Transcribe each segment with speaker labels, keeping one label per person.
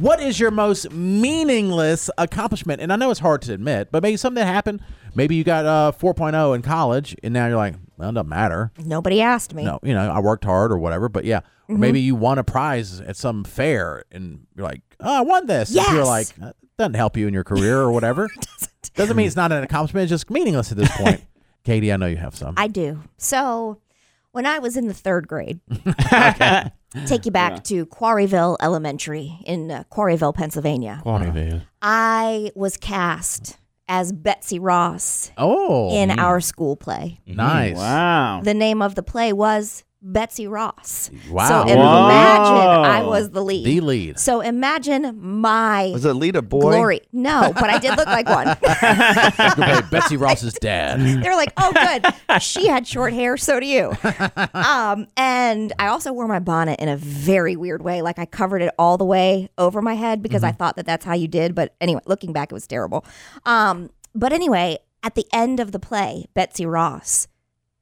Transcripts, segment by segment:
Speaker 1: What is your most meaningless accomplishment? And I know it's hard to admit, but maybe something that happened. Maybe you got uh, 4.0 in college, and now you're like, well, it doesn't matter.
Speaker 2: Nobody asked me.
Speaker 1: No, you know, I worked hard or whatever. But yeah,
Speaker 2: Mm-hmm.
Speaker 1: Or maybe you won a prize at some fair, and you're like, oh, I won this. And you're
Speaker 2: Yes.
Speaker 1: like, that doesn't help you in your career or whatever. doesn't. mean it's not an accomplishment. It's just meaningless at this point. Katie, I know you have some.
Speaker 2: I do. So when I was in the third grade, take you back to Quarryville Elementary in uh, Quarryville, Pennsylvania. I was cast as Betsy Ross
Speaker 1: oh,
Speaker 2: in our school play.
Speaker 1: nice.
Speaker 3: Wow.
Speaker 2: The name of the play was Betsy Ross. So
Speaker 1: Wow.
Speaker 2: imagine
Speaker 3: Wow.
Speaker 2: I was the lead.
Speaker 1: The lead.
Speaker 2: So imagine my
Speaker 4: Was it lead a boy?
Speaker 2: glory. No, but I did look like one.
Speaker 1: You could play Betsy Ross's dad.
Speaker 2: They were like, "Oh, good. She had short hair, so do you." Um, and I also wore my bonnet in a very weird way. Like I covered it all the way over my head because
Speaker 1: Mm-hmm.
Speaker 2: I thought that that's how you did. But anyway, looking back, it was terrible. Um, but anyway, at the end of the play, Betsy Ross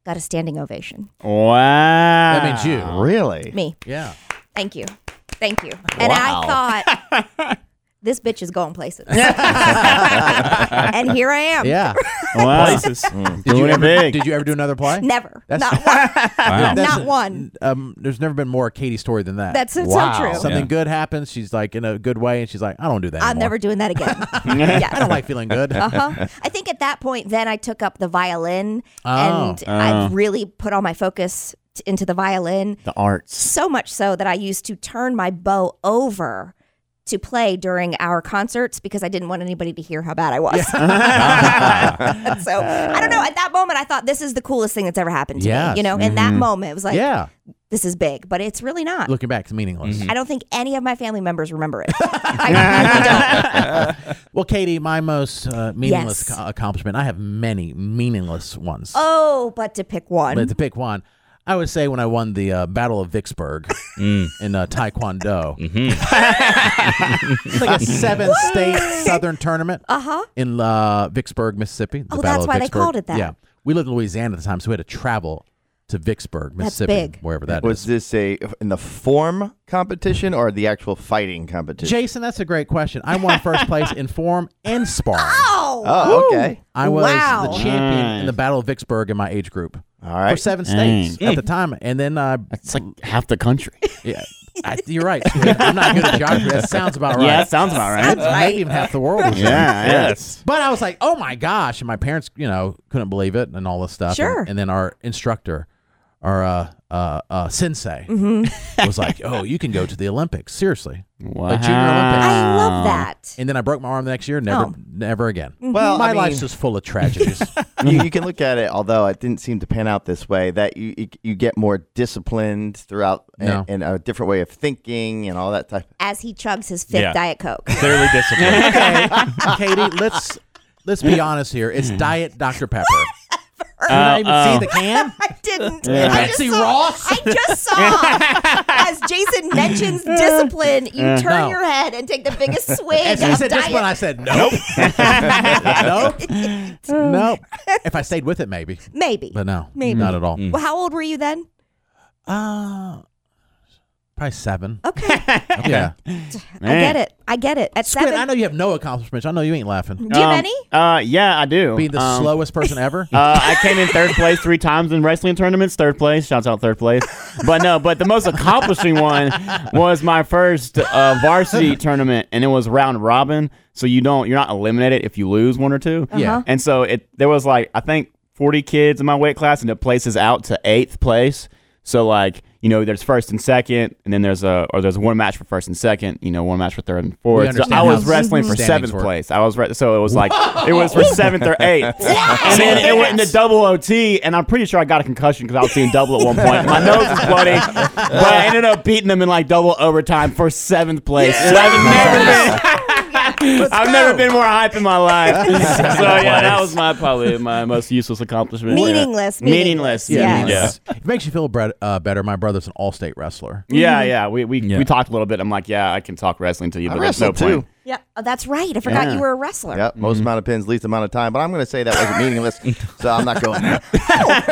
Speaker 2: got a standing ovation.
Speaker 3: Wow.
Speaker 1: That
Speaker 3: That
Speaker 1: means you.
Speaker 4: Really?
Speaker 2: Me,
Speaker 1: Yeah.
Speaker 2: thank you, thank you. And
Speaker 4: Wow.
Speaker 2: I thought. This bitch is going places. and here I am.
Speaker 1: Yeah.
Speaker 3: Wow. Doing it big.
Speaker 1: Did you ever do another play?
Speaker 2: Never.
Speaker 1: That's-
Speaker 2: not one.
Speaker 3: Wow.
Speaker 1: That's-
Speaker 2: Not one.
Speaker 1: Um, there's never been more Katie story than that.
Speaker 2: That's so
Speaker 4: Wow.
Speaker 2: true.
Speaker 1: something
Speaker 3: Yeah.
Speaker 1: good happens. She's like in a good way, and she's like, I don't do that.
Speaker 2: I'm
Speaker 1: anymore.
Speaker 2: never doing that again. yeah.
Speaker 1: I don't like feeling good.
Speaker 2: Uh-huh. I think at that point, then I took up the violin
Speaker 1: Oh.
Speaker 2: and I really put all my focus t- into the violin.
Speaker 3: The arts.
Speaker 2: So much so that I used to turn my bow over to play during our concerts because I didn't want anybody to hear how bad I was. so I don't know. At that moment, I thought this is the coolest thing that's ever happened to
Speaker 1: Yes. Mm-hmm.
Speaker 2: me. You know, in that moment, it was like,
Speaker 1: yeah.
Speaker 2: this is big, but it's really not.
Speaker 1: Looking back, it's meaningless.
Speaker 2: I don't think any of my family members remember it. I really don't.
Speaker 1: Well, Katie, my most uh, meaningless
Speaker 2: Yes.
Speaker 1: ac- accomplishment. I have many meaningless ones,
Speaker 2: Oh, but to pick one.
Speaker 1: but Uh, to pick one, I would say when I won the uh, Battle of Vicksburg
Speaker 4: Mm.
Speaker 1: in uh, Taekwondo,
Speaker 4: Mm-hmm.
Speaker 1: it's like a seven-state Southern tournament
Speaker 2: Uh-huh.
Speaker 1: in uh, Vicksburg, Mississippi. The Battle
Speaker 2: Oh, that's
Speaker 1: of
Speaker 2: why they
Speaker 1: Vicksburg.
Speaker 2: called it that.
Speaker 1: Yeah, we lived in Louisiana at the time, so we had to travel to Vicksburg,
Speaker 2: That's
Speaker 1: Mississippi,
Speaker 2: big.
Speaker 1: wherever that is.
Speaker 4: Was this a in the form competition or the actual fighting competition?
Speaker 1: Jason, that's a great question. I won first place in form and sparring.
Speaker 2: Oh,
Speaker 4: oh, okay.
Speaker 1: I was
Speaker 2: Wow.
Speaker 1: the champion in the
Speaker 3: Nice.
Speaker 1: Battle of Vicksburg in my age group
Speaker 4: All
Speaker 1: for
Speaker 4: right.
Speaker 1: seven
Speaker 3: Dang.
Speaker 1: states at the time. And then, uh,
Speaker 3: That's like half the country.
Speaker 1: yeah, I, you're right. I'm not good at geography. That sounds about right.
Speaker 3: Yeah, that sounds about right.
Speaker 1: Maybe even half the world. Was there.
Speaker 3: yeah, yes.
Speaker 1: But I was like, oh my gosh. And my parents, you know, couldn't believe it and all this stuff.
Speaker 2: Sure.
Speaker 1: And, and then our instructor, our uh, uh, uh, sensei,
Speaker 2: Mm-hmm.
Speaker 1: was like, oh, you can go to the Olympics. Seriously.
Speaker 3: Wow.
Speaker 1: Like Junior Olympics.
Speaker 2: I love that.
Speaker 1: And then I broke my arm the next year. Never,
Speaker 2: Oh.
Speaker 1: never again.
Speaker 4: Well,
Speaker 1: my
Speaker 4: I mean-
Speaker 1: life's just full of tragedies.
Speaker 4: you, you can look at it, although it didn't seem to pan out this way, that you you, you get more disciplined throughout
Speaker 1: No.
Speaker 4: and, and a different way of thinking and all that type.
Speaker 2: As he chugs his fifth
Speaker 5: Yeah.
Speaker 2: Diet Coke.
Speaker 5: Clearly disciplined.
Speaker 1: okay, Katie, let's let's be honest here.
Speaker 4: Hmm.
Speaker 1: It's Diet Dr Pepper.
Speaker 4: Uh,
Speaker 1: Did I even see the can?
Speaker 2: I didn't.
Speaker 3: Yeah.
Speaker 2: I just
Speaker 1: Betsy
Speaker 2: saw,
Speaker 1: Ross?
Speaker 2: I just saw. as Jason mentions discipline, you turn
Speaker 1: No.
Speaker 2: your head and take the biggest swig
Speaker 1: As you
Speaker 2: of
Speaker 1: said this
Speaker 2: diet.
Speaker 1: one, I said nope, nope, nope. If I stayed with it, maybe,
Speaker 2: Maybe.
Speaker 1: but um, no,
Speaker 2: Maybe.
Speaker 1: not at all.
Speaker 2: Well, how old were you then?
Speaker 1: Uh, probably seven.
Speaker 2: Okay,
Speaker 1: Okay. Yeah,
Speaker 2: I
Speaker 3: Eh.
Speaker 2: get it. I get it. At
Speaker 1: Quinn,
Speaker 2: seven,
Speaker 1: I know you have no accomplishments. I know you ain't laughing.
Speaker 2: do you have any?
Speaker 3: Uh, yeah, I do.
Speaker 1: Being the
Speaker 3: Um,
Speaker 1: slowest person ever.
Speaker 3: Uh, I came in third place three times in wrestling tournaments. Third place, shouts out third place. But no, but the most accomplishing one was my first uh, varsity tournament, and it was round robin. So you don't, you're not eliminated if you lose one or 2
Speaker 1: Yeah.
Speaker 3: And so it there was like I think 40 kids in my weight class, and it places out to eighth place. So like you know, there's first and second, and then there's a or there's one match for first and second. You know, one match for third and fourth. So
Speaker 1: understand
Speaker 3: I was
Speaker 1: how
Speaker 3: wrestling for
Speaker 1: standings
Speaker 3: seventh
Speaker 1: work.
Speaker 3: place. I was re- so it was like it was for seventh or eighth, and then it went into double OT, and I'm pretty sure I got a concussion because I was seeing double at one point. My nose was bloody, but I ended up beating them in like double overtime for seventh place. And I've never been. I've never been more hype in my life. so yeah, that was my probably my most useless accomplishment. Yeah.
Speaker 2: Meaningless, meaningless,
Speaker 3: Meaningless. Yeah.
Speaker 2: yes.
Speaker 1: It makes you feel bre- uh, better. My brother's an all-state wrestler.
Speaker 3: Yeah, yeah. yeah. We we,
Speaker 5: Yeah.
Speaker 3: we talked a little bit. I'm like, yeah, I can talk wrestling to you,
Speaker 4: I
Speaker 3: but there's no
Speaker 4: wrestled too.
Speaker 3: point.
Speaker 2: Yeah, oh, that's right. I forgot
Speaker 3: Yeah.
Speaker 2: you were a wrestler.
Speaker 4: Yep, most amount of pins, least amount of time. But I'm going to say that wasn't meaningless, so I'm not going there.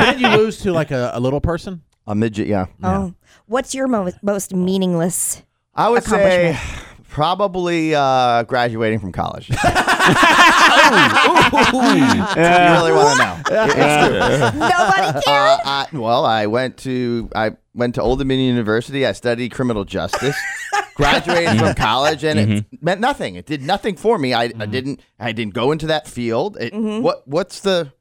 Speaker 1: Didn't you lose to like a, a little person?
Speaker 2: Mm-hmm.
Speaker 4: A midget, yeah.
Speaker 2: Oh, what's your mo- most meaningless?
Speaker 4: I would say Probably uh, graduating from college. That's what you really want to know.
Speaker 2: Nobody cares.
Speaker 4: Uh, I, well, I went to I went to Old Dominion University. I studied criminal justice, graduated from
Speaker 5: Mm-hmm.
Speaker 4: college, and it meant nothing. It did nothing for me. I, I didn't I didn't go into that field. It,
Speaker 2: Mm-hmm.
Speaker 4: What what's the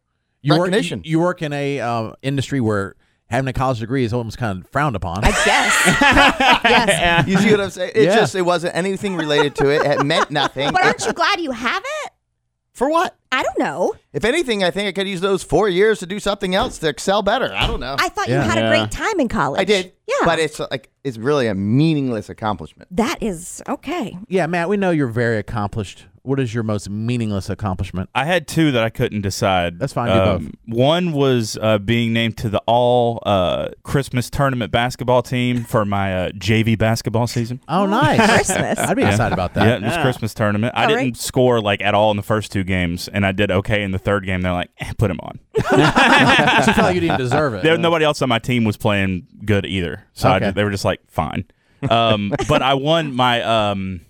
Speaker 1: You work,
Speaker 4: recognition?
Speaker 1: you work in a um, industry where having a college degree is almost kind of frowned upon.
Speaker 2: I guess. yes.
Speaker 4: You see what I'm saying? It
Speaker 1: Yeah.
Speaker 4: just it wasn't anything related to it. It meant nothing.
Speaker 2: But aren't you glad you have it?
Speaker 4: for what?
Speaker 2: I don't know.
Speaker 4: If anything, I think I could use those four years to do something else to excel better. I don't know.
Speaker 2: I thought
Speaker 1: Yeah.
Speaker 2: you had a
Speaker 3: Yeah.
Speaker 2: great time in college.
Speaker 4: I did.
Speaker 2: Yeah.
Speaker 4: But it's like it's really a meaningless accomplishment.
Speaker 2: that is okay.
Speaker 1: yeah, Matt, we know you're very accomplished. What is your most meaningless accomplishment?
Speaker 5: I had two that I couldn't decide. Um,
Speaker 1: That's fine, do
Speaker 5: One was uh, being named to the all uh, Christmas tournament basketball team for my uh, JV basketball season.
Speaker 1: Oh, nice.
Speaker 2: Christmas.
Speaker 1: I'd be excited about
Speaker 5: yeah,
Speaker 1: that.
Speaker 5: it was Christmas tournament. I
Speaker 2: All
Speaker 5: didn't
Speaker 2: right.
Speaker 5: score like at all in the first two games, and I did okay in the third game. They're like, eh, put him on.
Speaker 1: you felt you didn't deserve it.
Speaker 5: There, nobody else on my team was playing good either, so I
Speaker 1: Okay.
Speaker 5: ju- they were just like, fine. Um, but I won my um,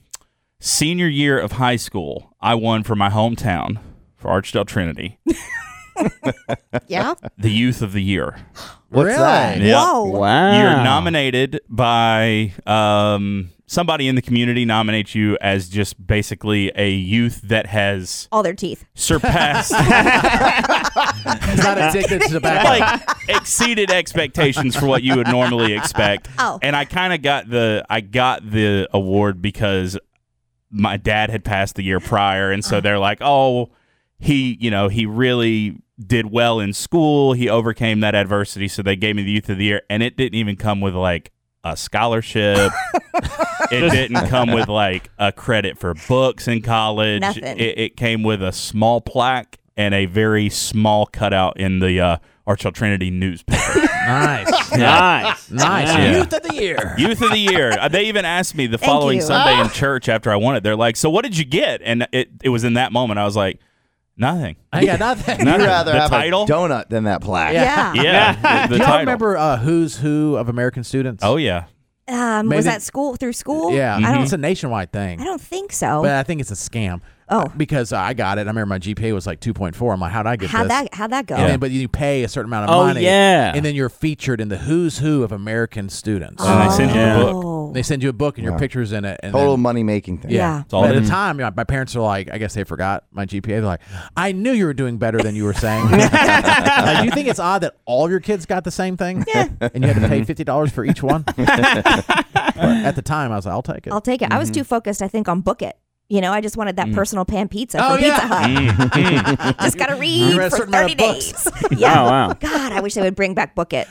Speaker 5: senior year of high school. I won for my hometown for Archdale Trinity,
Speaker 2: Yeah.
Speaker 5: the Youth of the Year.
Speaker 4: What's
Speaker 1: Really?
Speaker 4: that?
Speaker 5: Yeah.
Speaker 2: Whoa.
Speaker 3: Wow.
Speaker 5: You're nominated by um, somebody in the community nominates you as just basically a youth that has
Speaker 2: All their teeth.
Speaker 5: surpassed
Speaker 1: It's not addicted to tobacco.
Speaker 5: like exceeded expectations for what you would normally expect.
Speaker 2: Oh.
Speaker 5: And I kind of got the I got the award because my dad had passed the year prior and so they're like, "Oh, he, you know, he really did well in school. He overcame that adversity." So they gave me the youth of the year and it didn't even come with like a scholarship. it didn't come with like a credit for books in college.
Speaker 2: Nothing.
Speaker 5: It, it came with a small plaque and a very small cutout in the uh, Archel Trinity newspaper.
Speaker 1: Nice.
Speaker 3: Nice.
Speaker 1: Nice.
Speaker 5: Yeah.
Speaker 1: Youth of the year.
Speaker 5: Youth of the year. Uh, They even asked me the
Speaker 2: Thank
Speaker 5: following
Speaker 2: you.
Speaker 5: Sunday in church after I won it. They're like, "So what did you get?" And it it was in that moment I was like, "Nothing."
Speaker 1: I got nothing.
Speaker 5: Nothing.
Speaker 4: I'd rather
Speaker 5: the
Speaker 4: have
Speaker 5: title.
Speaker 4: a donut than that plaque.
Speaker 2: Yeah.
Speaker 5: yeah, the, the
Speaker 1: Do y'all
Speaker 5: title.
Speaker 1: remember uh, Who's Who of American Students?
Speaker 5: Oh mm-hmm. yeah.
Speaker 2: Um,
Speaker 1: Maybe-
Speaker 2: was that school through school?
Speaker 1: yeah.
Speaker 2: I don't.
Speaker 1: It's a nationwide thing.
Speaker 2: I don't think so.
Speaker 1: but I think it's a scam.
Speaker 2: Oh.
Speaker 1: Uh, Because I got it. I remember my GPA was like 2.4. I'm like, how'd I get
Speaker 2: How'd
Speaker 1: this?
Speaker 2: that? How'd that go?
Speaker 1: And then, but you pay a certain amount of
Speaker 3: Oh,
Speaker 1: money.
Speaker 3: yeah.
Speaker 1: And then you're featured in the Who's Who of American Students.
Speaker 5: And they send you
Speaker 3: Yeah.
Speaker 2: Oh.
Speaker 5: the book.
Speaker 1: They send you a book and your picture's in it. And
Speaker 4: Total
Speaker 1: then-
Speaker 4: money making thing.
Speaker 1: yeah.
Speaker 2: Yeah.
Speaker 5: It's all
Speaker 1: But at
Speaker 5: in.
Speaker 1: the time, you know, my parents are like, I guess they forgot my GPA. They're like, I knew you were doing better than you were saying. like, do you think it's odd that all your kids got the same thing? Yeah. And you had to pay fifty dollars for each one? But at the time, I was like, I'll take it.
Speaker 2: I'll take it. I was
Speaker 1: Mm-hmm.
Speaker 2: too focused, I think, on book it. You know, I just wanted that personal pan pizza
Speaker 1: Oh,
Speaker 2: from
Speaker 1: yeah.
Speaker 2: Pizza Hut. just gotta
Speaker 1: read
Speaker 2: read
Speaker 1: a
Speaker 2: for
Speaker 1: certain amount
Speaker 2: thirty
Speaker 1: of
Speaker 2: days. yeah.
Speaker 3: Mm-hmm. Oh, wow.
Speaker 2: God, I wish they would bring back book it.